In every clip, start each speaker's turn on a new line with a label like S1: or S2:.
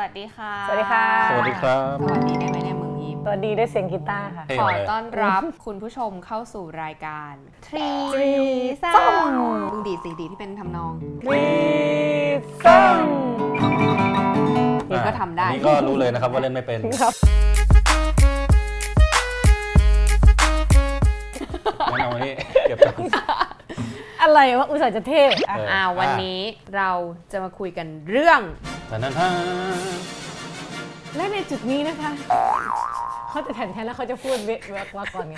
S1: วัสดีค่ะ
S2: สวัสดีค่ะ
S3: สวัสดีครับ
S1: สวัสดีได้ไหมเนี่ยมึงยิ้ม
S2: สวัสดีด้วยเสียงกีตาร์ค่ะ
S3: เท่
S1: ขอ
S3: เลย
S1: ต้อนรับคุณผู้ชมเข้าสู่รายการทรีซั
S2: ส้
S1: ม
S2: ม
S1: มึงดีดสีดีที่เป็นทำนอง
S2: วีซัม
S1: นี่ก็ทำได้
S3: อันนี่ก็รู้เลยนะครับว่าเล่นไม่เป็น
S2: ครับ
S3: งั้นเอาอันนี้เก็บตังค์
S2: อะไรวะอุตส่าห์จะเท่อะ
S3: เอออ่
S1: อ่าวัน
S3: อ่ะ
S1: นี้เราจะมาคุยกันเรื่อง
S3: แต่นั้นถ้า
S2: และในจุดนี้นะคะ เขาจะแทนแทนแล้วเขาจะพูดเวะเวะว่าก่อนไง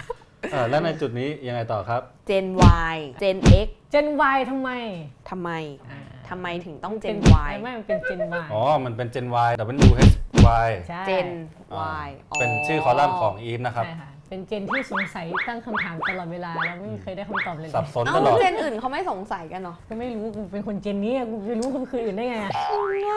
S3: เออแล้วในจุดนี้ยังไงต่อครับ
S1: เจน Y เจน X
S2: เจนวทำไม
S1: ทำไมทำไมถึงต้องเจน Y
S2: ไม่มันเป็นเจนว
S3: อ๋อ มันเป็น Gen Y W H Y
S2: ใช่
S1: เจน
S3: อ่า
S1: Y
S3: เป็นชื่อคอลัมน์ของอีฟนะครับ
S2: ใช่ค่ะ เป็นเจนที่สงสัยตั้งคำถามตลอดเวลาแล้วไม่เคยได้คำตอบเลย
S3: สับสน
S1: เอ้า
S3: ตลอด
S1: เจนอื่นเขาไม่สงสัยกันเหรอ
S2: ก็ไม่รู้กูเป็นคนเจนนี้อะกูจะรู้คนคืออื่นได้ไงอะ
S1: เนี่ย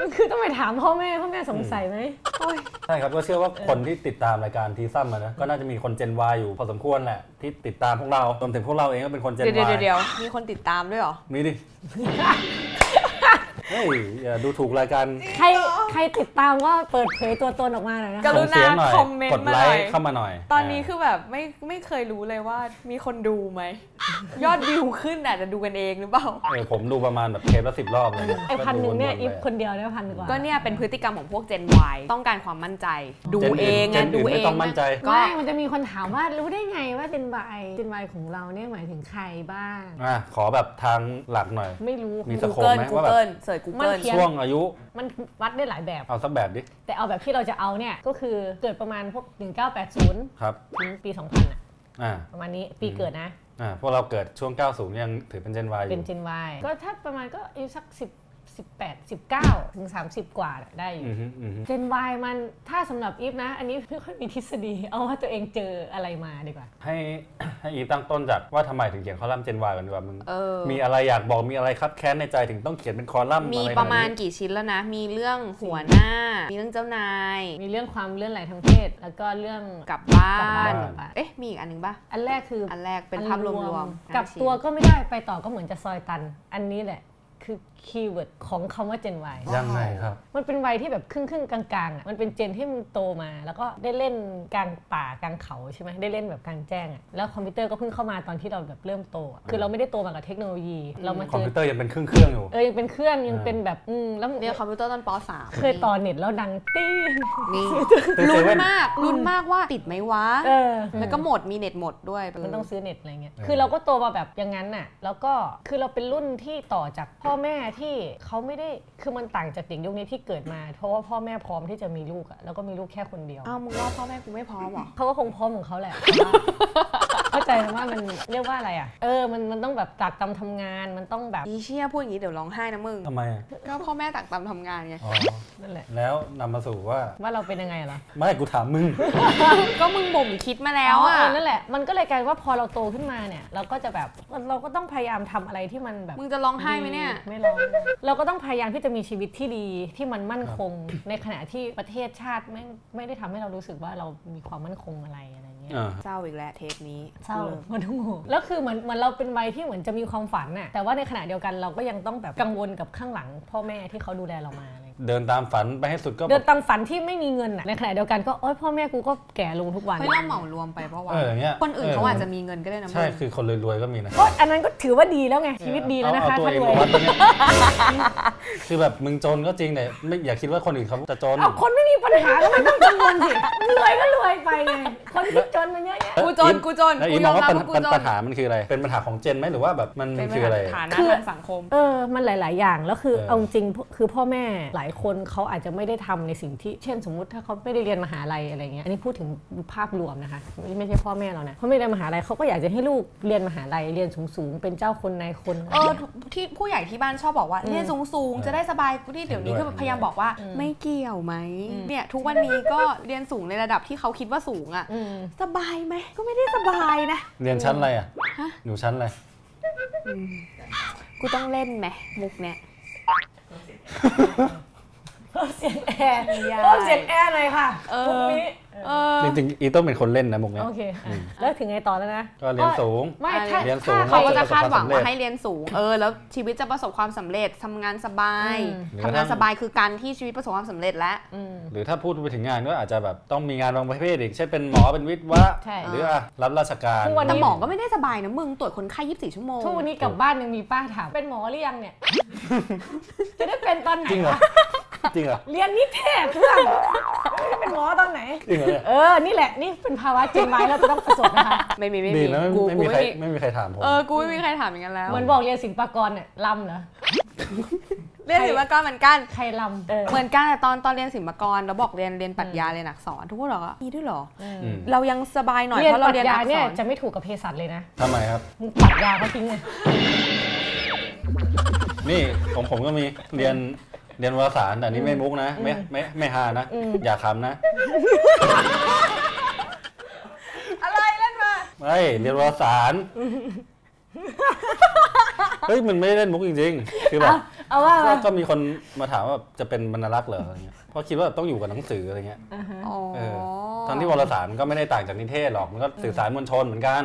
S2: มันคือต้องไปถามพ่อแม่พ่อแม่สงสัยไหม
S1: โอ้ย
S3: ใช่ครับ ก็เชื่อว่าคนที่ติดตามรายการทีซัมมานะ ก็น่าจะมีคน Gen Y อยู่พอสมควรแหละ ที่ติดตามพวกเรา รวมถึงพวกเราเองก็เป็นคน Gen
S1: เดี๋ยวเดี๋ยว
S3: Y
S1: เดี๋ยวมีคนติดตามด้วยเหรอ
S3: มี ดิ เฮ้ย อย่าดูถูกรายการ
S2: ใครใครติดตามก็เปิดเผยตัวตนออกมาหน่อยนะ
S1: ก
S2: คะ
S1: รุ
S3: ส่ง
S1: ณา
S3: เสียงหน่อย
S1: คอมเมนต์
S3: กดไล
S1: มาหน่อย
S3: ค์เข้ามาหน่อย
S1: ตอนนี้คือแบบไม่ไม่เคยรู้เลยว่ามีคนดูไหม ยอดวิวขึ้นอาจจะดูกันเองหรือเปล่า
S3: เออผมดูประมาณแบบเทปละสิบรอบเลย
S2: ไอพันหนึ่งเนี่ย
S3: ก็ดูวๆไป
S2: อีฟคนเดียวได้พันกว่า
S1: ก็เนี่ยเป็นพฤติกรรมของพวก Gen Y ต้องการความมั่นใจ ดู
S3: Gen
S1: เอง
S3: อื่
S1: อะ
S3: น Gen
S1: ดู
S3: อื่น
S1: เอ
S3: ไม่
S1: ง
S3: ต้องมั่นใจ
S1: ก็
S2: ไม่มันจะมีคนถามว่ารู้ได้ไงว่าเจนวายเจนวายของเราเนี่ยหมายถึงใครบ้าง
S3: อ่ะขอแบบทางหลักหน่อย
S2: ไม่รู้
S3: มีสโคป
S1: Google
S3: ไหมว่าแบบ
S1: Google เสิร์ช Google
S2: มันเขียน
S3: ช่วงอายุ
S2: มันวัดได้หลายแบบ
S3: เอาสักแบบดิ
S2: แต่เอาแบบที่เราจะเอาเนี่ยก็คือเกิดประมาณพวก 1980
S3: ครับ
S2: ถึงปี 2000อะ
S3: อ่า
S2: ประมาณนี้ปีเกิดนะ
S3: อ่าพวกเราเกิดช่วง 90 ยังถือเป็น Gen Y อ
S2: เป็น
S3: ยู่
S2: Gen Y ก็ถ้าประมาณก็อายุสัก10 18 19 ถึง 30 กว่าได้อยู่
S3: อือฮึอือฮึ
S2: Gen Y มันถ้าสำหรับอีฟนะ อันนี้ไม่ค่อยมีทฤษฎี เอาว่าตัวเองเจออะไรมาดีกว่า
S3: ให้ ให้อีฟตั้งต้นจากว่าทำไมถึงเขียนคอลัมน์ Gen Y กันดีกว่ามึง
S1: เออ
S3: มีอะไรอยากบอกมีอะไรคับแค้นในใจถึงต้องเขียนเป็นคอลัมน์
S1: มี
S3: อะไร
S1: ประมาณ
S3: แบบนี้
S1: กี่ชิ้นแล้วนะ มีเรื่องหัวหน้า มีเรื่องเจ้านาย
S2: มีเรื่องความเลื่อนไหลทางเพศ แล้วก็เรื่อง
S1: กลับบ้าก
S2: ลับบ้าน น
S1: เอ๊ะ มีอีกอันหนึงป่ะ
S2: อันแรกคือ
S1: อั
S2: อั
S1: นแรกเป็นภาพรวมๆ
S2: กับ
S1: ห้าชิ้น
S2: ตัวก็ไม่ได้ไปต่อก็เหมือนจะซอยตัน อันนี้แหละคือคีย์เวิร์ดของคำว่า Gen Y
S3: ยังไงครับ
S2: มันเป็นวัยที่แบบครึ่งครึ่งๆกลางๆอ่ะ มันเป็นเจนที่มันโตมา แล้วก็ได้เล่นกลางป่ากลางเขาใช่ไหมได้เล่นแบบกลางแจ้งอ่ะ แล้วคอมพิวเตอร์ก็เพิ่งเข้ามาตอนที่เราแบบเริ่มโตอะคือเราไม่ได้โตมากับเทคโนโลยี เรามา
S3: คอ
S2: เจ
S3: ม
S2: อ
S3: พิวเตอร์ยังเป็นเครื่องเครื่องๆอยู่
S2: เออ ยังเป็นเครื่องยังเป็นแบบอืมแล้ว
S1: เรียนคอมพิวเตอร์ตอนป .3
S2: เคยต่อเน็ตแล้วดังตี้
S1: นี่
S3: เซเว่น
S1: ลุ้นมากลุ้นมากว่าติดไหมวะ
S2: เออ
S1: แล้วก็หมดมีเน็ตหมดด้วยเ
S2: มันต้องซื้อเน็ตอะไรเงี้ย
S3: เออ
S2: คือเราก็โตมาแบบอย่างนั้นน่ะ แล้วก็คือเราเป็นรุ่นที่ต่อจากพ่อแม่ที่เขาไม่ได้ คือมันต่างจากเด็กยุคนี้ที่เกิดมา เพราะว่าพ่อแม่พร้อมที่จะมีลูกอะแล้วก็มีลูกแค่คนเดียว
S1: อ้าวมึงว่าพ่อแม่กูไม่พร้อมเหรอ
S2: เขาก็คงพร้อมขอ งเขาแหละแต่ว่า เข้าใจว่ามันเรียกว่าอะไรอ่ะ เออ มันมันต้องแบบตรากตำทำงาน มันต้องแบบ
S1: อีเชี่ยพูดอย่างนี้เดี๋ยวร้องไห้นะมึง
S3: ทำไมอ่ะ
S1: ก็พ่อแม่ตักตามทำงานไง
S3: อ๋อ
S2: นั่นแหละ
S3: แล้วนำมาสู่ว่า
S2: ว่าเราเป็นยังไงเหรอ
S3: ไม่กูถามมึง
S1: ก็มึงบ่มคิดมาแล้วอ่ะ
S2: เนั่นแหละ มันก็เลยกลายว่าพอเราโตขึ้นมาเนี่ย เราก็จะแบบเราก็ต้องพยายามทำอะไรที่มันแบบ
S1: มึงจะร้องไห้ไหมเนี่ย
S2: ไม่ร้องเราก็ต้องพยายามที่จะมีชีวิตที่ดีที่มันมั่นคง ในขณะที่ประเทศชาติไม่ไม่ได้ทำให้เรารู้สึกว่าเรามีความมั่นคงอะไรอะไรเงี้ย
S3: อ่า
S1: เศร้าอีกแล้วเทปนี้
S2: เศร้ามันทุกข์แล้วคือเหมือนเหมือนเราเป็นวัยที่เหมือนจะมีความฝันน่ะแต่ว่าในขณะเดียวกันเราก็ยังต้องแบบกังวลกับข้างหลัง พ่อแม่ที่เขาดูแลเรามาอะไรเงี้ย
S3: เดินตามฝันไปให้สุดก็
S2: เดินตามฝันที่ไม่มีเงินน่ะในขณะเดียวกันก็โอ๊ยพ่อแม่กูก็แก่ลงทุกวัน
S1: เฮ้ยเราเหมารวมไปเพราะว่า
S3: เอออย่างเงี้ย
S1: คนอื่นเขาอาจจะมีเงินก็ได้นะมึ
S3: ใช่
S1: ง
S3: คือคนรวยๆก็มีนะ
S2: ก็อันนั้นก็ถือว่าดีแล้วไงชีวิตดีแล้วนะคะ
S3: เอาเอาตั
S2: ถ้า
S3: วเอง
S2: รว
S3: มาย วัดปะเนี่ยคือแบบมึงจนก็จริงแต่ไม่อย่าคิดว่าคนอื่นเขาจะจน
S2: เอาคนไม่มีปัญหาก็ไม่ต้องกังวลสิรวยก็รวยไปไงคนที่จนมันเยอะแยะ
S1: กูจน กูจน
S3: แล้ว
S1: กู
S3: อี
S1: ย
S3: ม
S1: อ
S3: อ
S1: ม
S3: งว่า
S1: รับ
S3: ปัญ
S1: ว่ากู
S3: ปัญ
S1: จน
S3: ปัญหามันคืออะไร เป็นปัญหาของเจนไหมหรือว่าแบบมัน
S1: เป็น
S3: คืออะไร
S1: ฐานะ
S2: คือ
S1: ทางสังคม
S2: เออ มันหลาย ๆ อย่าง แล้วคือ
S3: เออ
S2: เอาจริงๆคือพ่อแม่หลายคนเขาอาจจะไม่ได้ทำในสิ่งที่ เช่น สมมติถ้าเขาไม่ได้เรียนมหาลัยอะไรเงี้ย อันนี้พูดถึงภาพรวมนะคะ ไม่ไม่ใช่พ่อแม่เรานะเขาไม่ได้เรียนมหาลัยเขาก็อยากจะให้ลูกเรียนมหาลัย เรียนสูง ๆ เป็นเจ้าคนนายคน
S1: เออที่ผู้ใหญ่ที่บ้านชอบบอกว่าเรียนสูงสูงๆจะได้สบายกูที่เดี๋ยวนี้
S3: เห็
S1: คื
S3: นด้
S1: อ
S3: วย
S1: พยายามบอกว่าไม่เกี่ยวไหมเนี่ยทุกวันนี้ก็เรียนสูงในระดับที่เขาคิดว่าสูงอ่ะ
S2: อืม
S1: สบายไหมก็ไม่ได้สบายนะ
S3: เรียนชั้นอะไรอ่ะหนูชั้นอะไร
S1: กูต้องเล่นไหมมุกเนี่ย
S2: เพิ่มเสียงแอร์
S1: ไม่ได้
S2: เพิ่มเสียงแอร์หน่อยค่ะ
S1: เอ
S2: พรุ่ง
S1: อ
S2: นี้
S1: เออ
S3: จริงๆอีต้องเป็นคนเล่นนะมุกเนี้ย
S2: โอเค
S3: อืม
S2: แล้วถึงไงต่อแล้วนะ
S3: ก็เรียนสูง
S2: ไม่ถ้า
S3: เรียนสูง
S2: ถ้า
S3: ออ
S2: เขา
S1: เขาก็
S2: จะ
S1: จะคาดหวัง
S3: ประสบความสำเร็จ
S1: ว่าให้เรียนสูง เออ แล้วชีวิตจะประสบความสำเร็จทำงานสบาย
S2: อืม
S1: ทำงานสบายคือการที่ชีวิตประสบความสำเร็จแล้ว
S2: อืม
S3: หรือถ้าพูดไปถึงงานก็อาจจะแบบต้องมีงานบางประเภทอีกเช่นเป็นหมอเป็นวิทย์วะ
S2: ใช่
S3: หรืออ่ะรับราชการ
S2: ทุกวันนี้
S1: แต่หมอก็ไม่ได้สบายนะมึงตรวจคนไข้24 ชั่วโมง
S2: ทุกวันนี้กลับบ้านยังมีป้าถามเป็นหมอหรือ ยังเนี่ย จะได้เป็นตอนไหน
S3: จริง เหรอ
S2: วะ
S3: จริงเหรอ
S2: เรียนนิเทศเพื่อน จะเป็นหมอตอนไหน
S3: จริงเหรอเนี่ย
S2: เออ นี่แหละนี่เป็นภาวะจริงไหมเราจะต้องประสบนะคะ
S1: ไม่มีไม่
S3: ดี
S1: มี
S3: นะ
S1: กู
S3: ไม่
S1: กู
S3: มีใคร
S1: ไม่มี
S3: ไม่มีใครถามผม
S1: เออกูไม่มีใครถามอย่างนั้นแล้ว
S2: เหมือนบอกเรียนศิลปากรเนี่ยลำเหรอ
S1: เรียนศิลปากรเหมือนกัน
S2: ใครลำเออ
S1: เหมือนกันแต่ตอนตอนเรียนศิลปากรแล้วบอกเรียนเรียนปรัชญาเรียนอักษรทุกคนบอกว่ามีด้วยเหรอ
S3: อืม
S1: เรายังสบายหน่อย
S2: เรียน
S1: เพราะ
S2: ป
S1: เรา
S2: รัช
S1: เรียน
S2: ญา
S1: อัก
S2: เนี่
S1: ษ
S2: ย
S1: ร
S2: จะไม่ถูกกับเภสัชเลยนะ
S3: ทำไมครับ
S2: มึงปรัชญาเขาทิ้งเลย
S3: นี่ผมผมก็มีเรียนเรียนวารสารแต่นี่ไม่มุกนะไม่ไม่ไม่ฮานะ อย่าขำนะ
S1: อะไรเล่นมา
S3: ไม่เรียนวาร สารเฮ้ยมันไม่ได้เล่นมุกจริงๆคือแบบ
S2: เอาว่า
S3: ก็ก็มีคนมาถามว่าแบบจะเป็นบรรลักษ์เหรออะไรเงี้ยเพราะคิดว่าต้องอยู่กับหนังสืออะไรเงี้ย
S1: อ๋อ
S3: เออทั้งที่วารสารก็ไม่ได้ต่างจากนิเทศหรอก มันก็สื่อสารมวลชนเหมือนกัน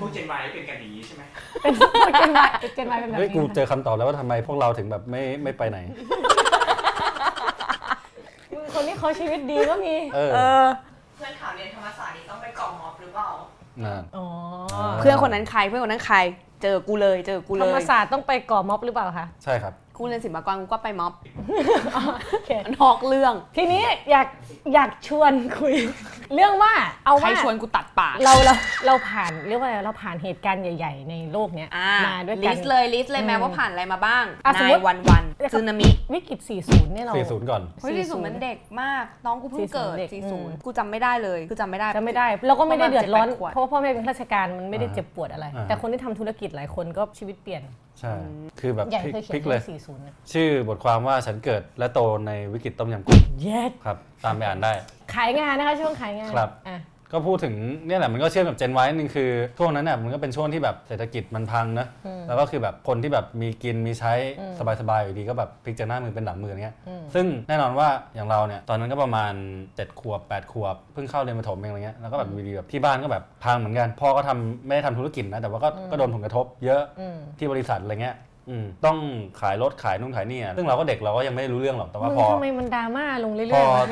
S4: พวกเจนวายเป็นกันอย่างนี้ใช่ไหม
S2: เป็นเจนวายเจนวายเป็นแบบ
S3: เฮ้ย กู
S2: นี้
S3: เจอคำตอบแล้วว่าทำไมพวกเราถึงแบบไม่ไม่ไปไหน
S2: มึงคนที่เขาชีวิตดีก็มี
S3: เออ
S1: เออ
S5: เพื่อนถามเรียนธรรมศาสตร์นี่ต้องไปกล่องม็อบหรือเปล่า
S3: น่ะ
S2: อ๋อ
S3: เออ
S1: เพื่อนคนนั้นใครเพื่อนคนนั้นใคร เจอกูเลยเจอกู
S2: ธ
S1: เล
S2: รรม
S1: ย
S2: ศาสตร์ต้องไปก่อม็อบหรือเปล่าคะ
S3: ใช่ครับ
S1: กูเรียนศิลปากรกูก็ไปม็อบ
S2: โอเค
S1: นอกเรื่อง
S2: ทีนี้อยากอยากชวนคุย เรื่องว่าเอา
S1: ใคร
S2: ว่า
S1: ชวนกูตัดปาก
S2: เราเราเราผ่านเรียกว่าอะไรเราผ่านเหตุการณ์ใหญ่ ๆ ในโลกเนี้ย
S1: อ่า
S2: มาด้วย
S1: ลิ
S2: กัน
S1: สต์เลยลิสต์เลยแม้
S2: อืม
S1: ว่าผ่านอะไรมาบ้าง
S2: อ่ะสม
S1: นาม ย
S2: ติ
S1: วันวันซึนามิ
S2: วิกฤต 40 เนี่ยเรา
S3: 40 ก่อน
S1: เฮ้ยสี่ศูนย์มันเด็กมาก น้องกูเพิ่งเกิด
S2: 40เด็ก
S1: สี่
S2: อื
S1: ศู
S2: ม
S1: นย์กูจำไม่ได้เลยกูจำไม่ได้
S2: จะไม่ได้เราก็ไม่ได้เดือดร้อ
S1: ป
S2: น
S1: ระมาณ7-8ขวด
S2: เพราะว่าพ่อแม่เป็นข้าราชการมันไม่ได้
S3: อ่า
S2: เจ็บปวดอะไร
S3: อ่า
S2: แต่คนที่ทำธุรกิจหลายคนก็ชีวิตเปลี่ยน
S3: ใช่ คือแบบ
S2: ใหญ่
S3: พลิก
S2: เคยเขียน
S3: พลิกเลย
S2: เรื่อง40นะ
S3: ชื่อบทความว่าฉันเกิดและโตในวิกฤตต้มยำกุ้ง
S2: เย็ด
S3: ครับ ตามไปอ่านได้
S2: ขายงานนะคะช่วงขายงาน
S3: ครับ
S2: อ่ะ
S3: ก็พูดถึงเนี่ยแหละมันก็เชื่อมกับเจนไว้นิดนึงคือช่วงนั้นน่ะมันก็เป็นช่วงที่แบบเศรษฐกิจมันพังนะแล้วก็คือแบบคนที่แบบมีกินมีใช้สบายๆอยู่ดีก็แบบพลิกจากหน้ามือเป็นหลังมืออย่างเงี้ยซึ่งแน่นอนว่าอย่างเราเนี่ยตอนนั้นก็ประมาณ7ขวบ8ขวบเพิ่งเข้าเรียนประถมเองอะไรเงี้ยแล้วก็แบบอยู่ดีแบบที่บ้านก็แบบพังเหมือนกันพ่อก็ทำไม่ได้ทำธุรกิจนะแต่ว่าก็ก็โดนผลกระทบ เยอะ
S2: อืม
S3: ที่บริษัทอะไรเงี้ยอืมต้องขายรถขายนู่นขายนี่อะซึ่งเราก็เด็กเราก็ยังไม่ได้รู้เรื่องหรอกแต่ว่า
S2: มึง
S3: พอ
S2: ทำไมมันดราม่าลงเรื่อยๆ
S3: พอ
S2: วะ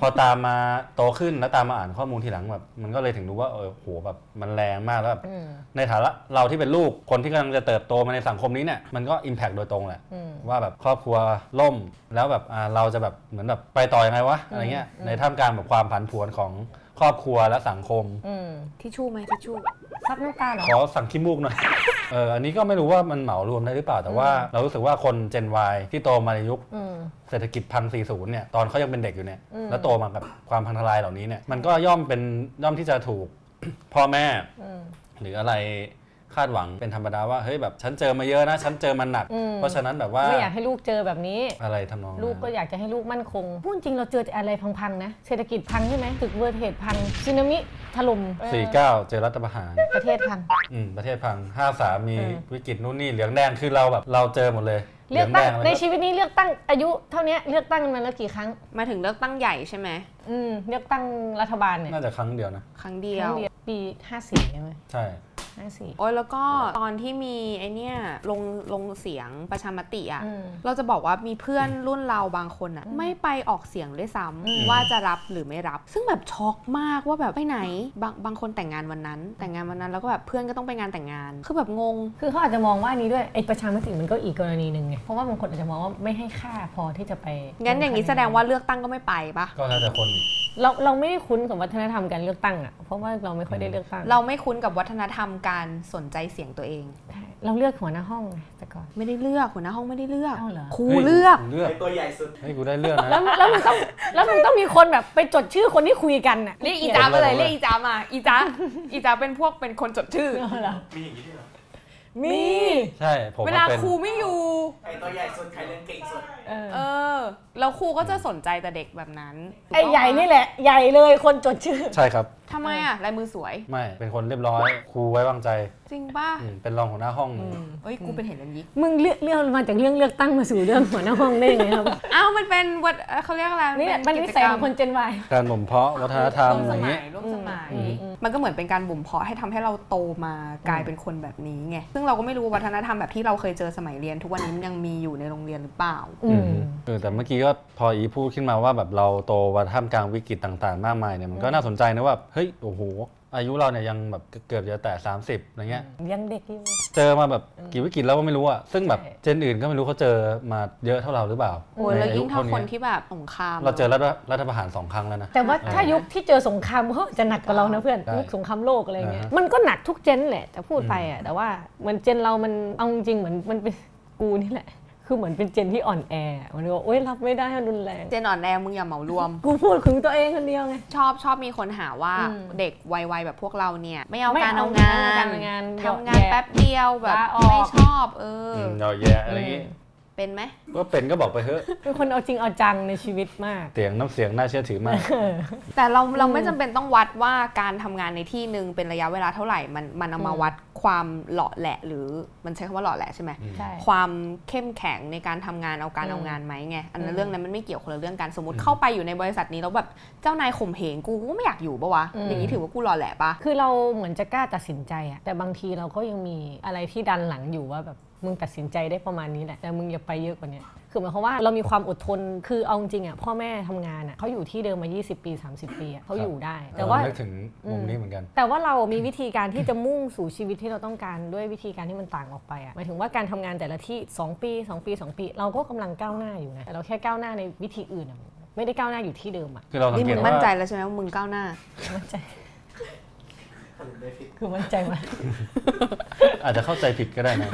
S3: พอตามมาโตขึ้นแล้วตามมาอ่านข้อมูลทีหลังแบบมันก็เลยถึงรู้ว่าเออโหแบบมันแรงมากแล้วแบบ
S2: อืม
S3: ในฐานะเราที่เป็นลูกคนที่กำลังจะเติบโตมาในสังคมนี้เนี่ยมันก็อิมแพกโดยตรงแหละ
S2: อืม
S3: ว่าแบบครอบครัวล่มแล้วแบบอ่าเราจะแบบเหมือนแบบไปต่อยังไงวะอะไรเงี้ยในท่ามกลางแบบความผันผวนของครอบครัวและสังคม
S2: อืม
S1: ทิชชู่ไหมทิชชู่
S2: ซับน้ำตาเหรอ
S3: ขอสั่งขี้มูกหน่อย เอออันนี้ก็ไม่รู้ว่ามันเหมารวมได้หรือเปล่าแต่ว่าเรารู้สึกว่าคน Gen Y ที่โตมาในยุค
S2: อืม
S3: เศรษฐกิจพัง40เนี่ยตอนเขายังเป็นเด็กอยู่เนี่ย
S2: อืม
S3: แล้วโตมากับความพังทลายเหล่านี้เนี่ยมันก็ย่อมเป็นย่อมที่จะถูก พ่อแม่
S2: อืม
S3: หรืออะไรคาดหวังเป็นธรรมดาว่าเฮ้ยแบบฉันเจอมาเยอะนะ ฉันเจอมันหนัก
S2: อืม
S3: เพราะฉะนั้นแบบว่า
S2: ไม่อยากให้ลูกเจอแบบนี้
S3: อะไรทำนองนั้น
S2: ลูกก็อยากจะให้ลูกมั่นคง พูดจริงเราเจอแต่อะไรพัง ๆ นะ เศรษฐกิจพังใช่ไหมตึกเวอร์เทดพังสึนามิถล่ม
S3: สี่เก้าเจอรัฐประหาร
S2: ประเทศพัง
S3: อืมประเทศพังห้าสามมีวิกฤตนู่นนี่เหลืองแดงคือเราแบบเราเจอหมดเลย
S2: เลือกตั้ง
S3: หลื
S2: ใน
S3: แดะไร
S2: ชีวิตนี้เลือกตั้งอายุเท่าเนี้ยเลือกตั้งกันมาแล้วกี่ครั้ง
S1: มาถึงเลือกตั้งใหญ่ใช่ไหม
S2: อืมเลือกตั้งรัฐบาลเนี่ย
S3: น่าจะครั้งเดียวนะ
S1: ครั้งเดี
S2: ค
S1: ย
S2: รั้
S1: ว
S2: งเดียวปี54ใช่ไหม
S3: ใช่
S2: 54
S1: โอ้ยแล้วก็ตอนที่มีไอเนี่ยลงลงเสียงประชามติอ่ะ
S2: อืม
S1: เราจะบอกว่ามีเพื่อนรุ่นเราบางคนอ่ะไม่ไปออกเสียงด้วยซ้
S2: อืม
S1: ำว่าจะรับหรือไม่รับ ซึ่งแบบช็อกมากว่าแบบไปไหน บางบางคนแต่งงานวันนั้น แต่งงานวันนั้นแล้วก็แบบเพื่อนก็ต้องไปงานแต่งงาน คือแบบงง
S2: คือเขาอาจจะมองว่าอันนี้ด้วยไอ้ประชามติมันก็อีกกรณีหนึ่งไงเพราะว่าบางคนอาจจะมองว่าไม่ให้ค่าพอที่จะไป
S1: งั้นอย่างนี้แสดงว่าเลือกตั้งก็ไม่ไปปะ
S3: ก็แล้วแต่คนอีก
S2: เราเราไม่ได้คุ้นกับวัฒนธรรมการเลือกตั้งอ่ะเพราะว่าเราไม่ค่อยได้เลือกตั้ง
S1: เราไม่คุ้นกับวัฒนธรรมการสนใจเสียงตัวเอง
S2: ใช่เราเลือกหัวหน้าห้องไงแต่ก่อน
S1: ไม่ได้เลือกหัวหน้าห้องไม่ได้เลือก
S2: อ้าวเหรอ
S1: ครู
S3: ฮ้ย
S1: เลือก
S3: เลือก
S4: เป็นตัวใหญ่สุด
S3: ให้ยกูได้เลือก
S2: แล้ว
S3: นะ
S2: แล้วมันต้องแล้วมันต้องมีคนแบบไปจดชื่อคนที่คุยกันน่ะ
S1: เรียกอีจ้ามาเลย
S3: เลื
S1: เรี
S3: อก
S1: ยกอีจ้ามาอีจ้า อีจ้าเป็นพวกเป็นคนจดชื่อ
S4: มีอย่างนี้ด้วยเหรอ
S2: มี
S3: ใช่ผม
S1: เว
S3: ก็
S1: ลา
S3: เป็น
S1: ครูไม่อยู่
S4: ใครตัวใหญ่สุด ใครเล่นเก่งสุด
S2: เออ
S1: เออแล้วครูก็จะสนใจแต่เด็กแบบนั้น
S2: ไอ้ใหญ่นี่แหละ ใหญ่เลยคนจดชื่อ
S3: ใช่ครับ
S1: ทำไมอ่ะลายมือสวย
S3: ไม่ เป็นคนเรียบร้อย ครูไว้วางใจ
S1: จริงป่ะ
S3: อืมเป็นรองหัวหน้าห้อง
S1: เอ้ยกูเป็นเห็นเป็นยิก
S2: มึงเลือกเรื่องมาจากเรื่องเลือกตั้งมาสู่เรื่องหัวหน้าห้องได้ยังไงครับ
S1: อ้าวมันเป็นวัดเอ่อเขาเรียกอะไร
S2: นี่มันนิ
S1: กิจ
S2: สัย
S1: กร
S2: ข
S1: ร
S2: อ
S1: ม
S2: งคนเจนวาย
S3: การบ่มเพาะวัฒนธรรม
S1: ร่วม
S3: อ
S1: ส
S3: ย่าง
S1: มั
S3: เงี้
S1: ย
S3: ย
S1: ร่วมสมัย
S3: อืม
S1: มันก็เหมือนเป็นการบ่มเพาะให้ทำให้เราโตมากลายเป็นคนแบบนี้ไง ซึ่งเราก็ไม่รู้ว่าวัฒนธรรมแบบที่เราเคยเจอสมัยเรียน ทุกวันนี้มันยังมีอยู่ในโรงเรียนหรือเปล่า
S2: อืม
S3: เออแต่เมื่อกี้ก็พออีพูดขึ้นมาว่าแบบเราโตมาท่ามกลางวิกฤตต่างๆ มากมายเนี่ยมันก็น่าสนใจนะว่าเฮ้ยโอ้โหอายุเราเนี่ยยังแบบเกือบจะแต่ 30อะไรเงี้ย
S2: ยังเด็กอยู่
S3: เจอมาแบบกี่วิกฤตแล้วก็ไม่รู้อะซึ่งแบบ
S2: ใช่
S3: เจนอื่นก็ไม่รู้เขาเจอมาเยอะเท่าเราหรือเปล่า
S1: โอ้ย
S3: ใน
S1: แล้ว
S3: อา
S1: ยิ่งถ้า
S3: เท่า
S1: คน
S3: นี้
S1: ที่แบบสงคราม
S3: เราเจอรัฐรัฐประหารสองครั้งแล้วนะ
S2: แต่ว่าถ้า
S3: เออ
S2: ยุคที่เจอสงครามเขาจะหนักกว่าเรานะเพื่อน
S3: ใช่
S2: ยุคสงครามโลกอะไรเงี้ย
S3: อ่าฮะ
S2: มันก็หนักทุกเจนแหละจะพูดไป
S3: อืม
S2: อ่ะแต่ว่าเหมือนเจนเรามันเอาจริงๆเหมือนมันเป็นกูนี่แหละ คือเหมือนเป็นเจนที่อ่อนแอมันบอกโอ๊ยรับไม่ได้มันรุนแรง
S1: เจนอ่อนแอมึงอย่าเหมารวม
S2: กูพูดถึงตัวเองคนเดียวไง
S1: ชอบชอบมีคนหาว่า
S2: อืม
S1: เด็กวัยวัยแบบพวกเราเนี่ย ไม่เอา
S2: ไม่
S1: การ
S2: เอางาง
S1: เอาาน น
S2: การเอางาน
S1: ทำงานแป๊บเดียวแบบ
S2: ลาออก
S1: ไม่ชอบเอออ
S3: เราแย่อะไรเงี้ย
S1: เป็นไหม
S3: ก็เป็นก็บอกไปเถอะ
S2: เป็นคนเอาจริงเอาจังในชีวิตมาก
S3: เสียงน้ำเสียงน่าเชื่อถือมาก
S1: แต่เราเราไม่จำเป็นต้องวัดว่าการทำงานในที่หนึ่งเป็นระยะเวลาเท่าไหร่มันมันเอามา
S2: อืม
S1: วัดความเหลาะแหละ หรือมันใช้คำว่าเหลาะแหละใช่ไหม
S2: ใช่
S1: ความเข้มแข็งในการทำงานเอาการ
S2: อืม
S1: เอางานไหมไงอันนั้น
S2: อืม
S1: เรื่องนั้นมันไม่เกี่ยวคนละเรื่องกันสมมติ
S3: อืม
S1: เข้าไปอยู่ในบริษัทนี้แล้วแบบเจ้านายข่มเหงกูกูก็ไม่อยากอยู่ปะวะ
S2: อืม
S1: อย่างนี้ถือว่ากูรอแหละปะ
S2: คือเราเหมือนจะกล้าตัดสินใจอะแต่บางทีเราก็ยังมีอะไรที่ดันหลังอยู่ว่าแบบมึงตัดสินใจได้ประมาณนี้แหละแต่มึงอย่าไปเยอะกว่าเนี้ยคือหมายความว่าเรามีความอดทนคือเอาจริงๆอะพ่อแม่ทำงานอะเขาอยู่ที่เดิมมา 20 ปี 30 ปีอะเขาอยู่ได้ แต่ว่า
S3: เออนึกถึงมุมนี้เหมือนกัน
S2: แต่ว่าเรามีวิธีการที่จะมุ่งสู่ชีวิตที่เราต้องการด้วยวิธีการที่มันต่างออกไปอะหมายถึงว่าการทำงานแต่ละที่ 2 ปี 2 ปี 2 ปี เราก็กำลังก้าวหน้าอยู่นะแต่เราแค่ก้าวหน้าในวิธีอื่นอะไม่ได้ก้าวหน้าอยู่ที่เดิมอะ
S3: คือเราสัง
S1: นี่
S3: เก
S1: มึ
S3: ต
S1: ง
S3: ว่า
S1: มั่นใจแล้วใช่ไหมว่ามึงก้าวหน้า
S2: มั่นใจ
S4: คนได้ฟิต
S2: คือมั่นใจมาก
S3: อาจจะเข้าใจผิดก็ ได้นะ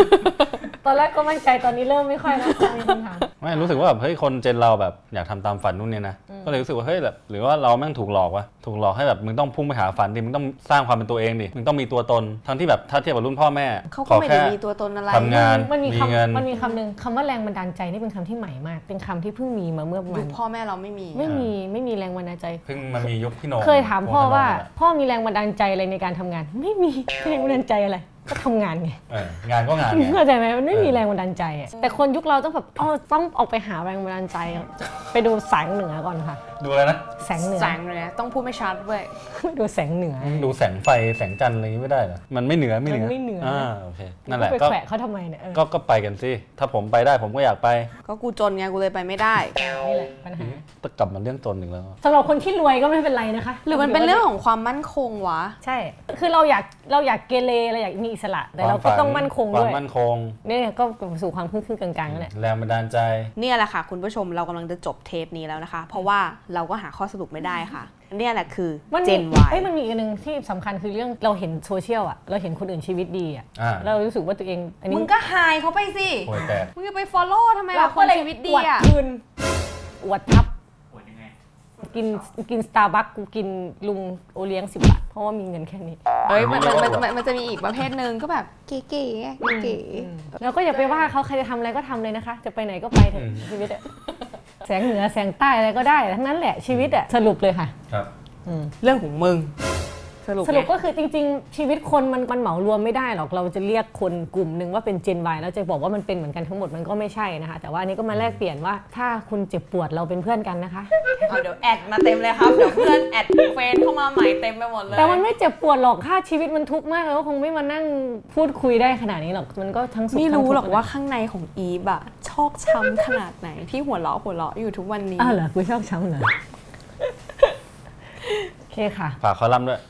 S2: ตอนแรกก็มั่นใจตอนนี้เริ่มไม่ค่อยแล้ว มีคำถาม
S3: ไม่รู้สึกว่าแบบเฮ้ยคนเจนเราแบบอยากทำตามฝันนู่นเนี่ยนะก็เลยรู้สึกว่าเฮ้ยแบบหรือว่าเราแม่งถูกหลอกวะถูกหลอกให้แบบมึงต้องพุ่งไปหาฝันดิมึงต้องสร้างความเป็นตัวเองดิมึงต้องมีตัวตนทั้งที่แบบถ้าเทียบกับรุ่นพ่อแม่
S1: เขา
S3: ข
S1: ก็
S3: อ
S1: ไม่
S3: แค่
S1: ได้มีตัวตนอะไร
S3: ทำงาน
S2: มันมี
S3: มีเงิน
S2: คำมันมีคำหนึ่งคำว่าแรงบันดาลใจนี่เป็นคำที่ใหม่มาก เป็นคำที่เพิ่งมีมาเมื่อประ
S1: ยุ
S2: มาณ
S1: คพ่อแม่เราไม่มี
S2: ไม่มีไม่มีแรงบันดาลใจ
S3: เพิ่งมันมียุคพี่โหนง
S2: เคยถามพ่อว่า
S3: โหนง
S2: พ่อมีแรงบันดาลใจอะไรในการทำงาน ไม่มีแรงบันดาลใจอะไรก็ทำงานไง
S3: เอองานก็งาน ไง
S2: เข้าใจไหมมันไม่มี
S3: เออ
S2: แรงบันดาลใจอะแต่คนยุคเราต้องแบบอ๋อต้องออกไปหาแรงบันดาลใจ ไปดูแสงเหนือก่อนค่ะ
S3: ดูแล้วนะ
S2: แสงเหนือ
S1: แสงเลยนะต้องพูดไม่ชัดเว้ย
S2: ดูแสงเหนือ
S3: ดูแสงไฟแสงจันทร์อะไรอย่างงี้ไม่ได้เหรอมันไม่เหนือไม่เหนือ
S2: มันไม่เหนืออ่
S3: อ่าโอเคนั่นแหละ
S2: ไป
S3: ก็
S2: แขวะเขาทำไมเนี่ยเออ
S3: ก็ก็ไปกันสิถ้าผมไปได้ผมก็อยากไป
S1: ก็กูจนไงกูเลยไปไม่ได้
S2: นี่แหละปัญหา
S3: แต่กลับมาเรื่องจนอีกแล้ว
S2: สำหรับคนที่รวยก็ไม่เป็นไรนะคะ
S1: หรือมันเป็นเรื่องของความมั่นคงวะ
S2: ใช่ คือเราอยากเราอยากเกเรเราอยากมีอิสระ แต่เราก็ต้องมั่นคง
S3: ค
S2: ด้
S3: วาม
S2: วย
S3: มั่นคง
S2: เนี่ยก็สู่ความครึ่งๆกลางๆนั่นแหละ
S3: แรงบันดาลใจ
S1: เนี่ยแหละค่ะ คุณผู้ชมเรากำลังจะจบเทปนี้แล้วนะคะ เพราะว่าเราก็หาข้อสรุปไม่ได้ค่ะ เนี่ยแหละคือ
S2: มัน
S1: เจ
S2: มี
S1: นวาย
S2: เอ้ยมันมีอีกอันหนึ่งที่สำคัญคือเรื่องเราเห็นโซเชียลอ่ะ เราเห็นคนอื่นชีวิตดีอ่ะ
S3: อ่า
S2: เรารู้สึกว่าตัวเอง อันนี้
S1: มึงก็หายเขาไปสิ
S3: โวยแตก
S1: มึงจะไป follow ทำไมล่ะคนชีวิตดี
S2: อวด
S1: อะ
S2: คืนอวดทับ
S4: หัวยังไง
S2: กินกินสตาร์บัคกูกินลุงโอเลี้ยงสิบบาท เพราะว่ามีเงินแค่นี้
S1: เอ้ย
S3: อัน
S1: มัน
S3: นี้เราก็
S1: มัน
S3: แบบ
S1: มันมันจะมีอีกประเภทหนึ่งก็แบบเก๋ๆไงเก๋
S2: แล้วก็อย่าไปว่าเขาใครจะทำอะไรก็ทำเลยนะคะ จะไปไหนก็ไปเถอะชีวิตอะแสงเหนือแสงใต้อะไรก็ได้ ทั้งนั้นแหละชีวิตอะสรุปเลยค่ะ
S3: ครับ
S1: เรื่องของมึง สรุป
S2: สรุป
S1: ไง
S2: ก็คือจริงๆ ชีวิตคนมันมันเหมารวมไม่ได้หรอกเราจะเรียกคนกลุ่มหนึ่งว่าเป็นเจนวแล้วจะบอกว่ามันเป็นเหมือนกันทั้งหมดมันก็ไม่ใช่นะคะ แต่ว่าอันนี้ก็มาแลกเปลี่ยนว่าถ้าคุณเจ็บปวดเราเป็นเพื่อนกันนะคะ
S1: เอาเดี๋ยวแอดมาเต็มเลยครับ เดี๋ยวเพื่อนแอดเฟนเข้ามาใหม่เต็มไปหมดเลย
S2: แต่มันไม่เจ็บปวดหรอกค่าชีวิตมันทุกข์มากแล้วก็คงไม่มานั่งพูดคุยได้ขนาดนี้หรอกมันก็ทั้งสุข
S1: ไม่รู้
S2: ทั้งทุกข์
S1: หรอกว่าข้างในของอีฟอะชอกช้ำขนาดไหนที่หัวเราะหัวเราะอยู่ทุกวันนี้
S2: อ้าวเหรอกูชอบช้ำเหรอ โอเคค่ะ
S3: ฝากคอลัมน์ด้วย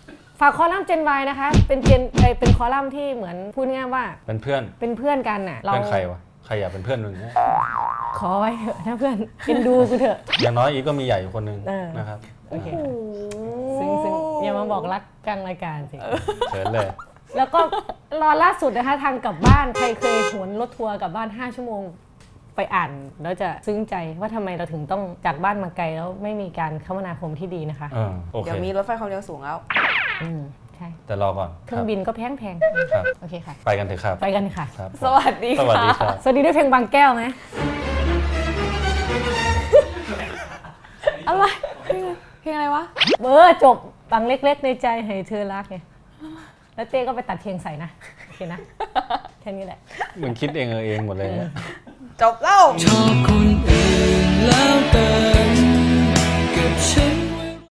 S2: ฝากคอลัมน์เจนวนะคะ เป็นเจนเอ่ยเป็นคอลัมน์ที่เหมือนพูดง่ายๆว่า
S3: เป็นเพื่อน
S2: เป็นเพื่อนกันน่ะเรา
S3: เพื่อนใครวะ ใครอยากเป็นเพื่อนมึงเนี่ย
S2: ขอไว้เถอะนะเพื่อนเอ็นดูกูเถอะ
S3: อย่างน้อยอีฟก็มีใหญ่อยู่คนนึง
S2: เออ
S3: นะครับ
S2: โอเคค่ะ ซึ่งซึ่งอย่ามาบอกรักกลางรายการสิ
S3: เชิญเลย
S2: แล้วก็รอล่าสุดนะคะทางกลับบ้านใครเคยหวนรถทัวร์กลับบ้าน 5 ชั่วโมง ไปอ่านแล้วจะซึ้งใจว่าทำไมเราถึงต้องจากบ้านมาไกลแล้วไม่มีการคมนาคมที่ดีนะคะ
S3: เออโอเค
S1: เดี๋ยวมีรถไฟความเร็วสูงแล้ว
S2: อืมใช่
S3: แต่รอก่อน
S2: เครื่องบินก็แพงแพง
S3: ครับ
S2: ๆโอเคค่ะ
S3: ไปกันเถอะครับ
S2: ไปกันค่ะ
S3: ครับผม
S1: สวัสดี
S3: สวัสดี
S1: ค่ะ
S3: ครับ
S2: สวัสดีด้วยเพลงบางแก้วไหม
S1: อะไรเพลงอะไรวะ
S2: เบอร์จบบางเล็ก ๆ ในใจให้เธอรักไงแล้วเต้ก็ไปตัดเพลงใส่นะ เคนะ แค่นี้แหละ
S3: เหมือนคิดเองเออเองหมดเลยเนี่ย
S1: จบแล้ว
S6: ชอบคนอื่นแล้วเกินกับฉัน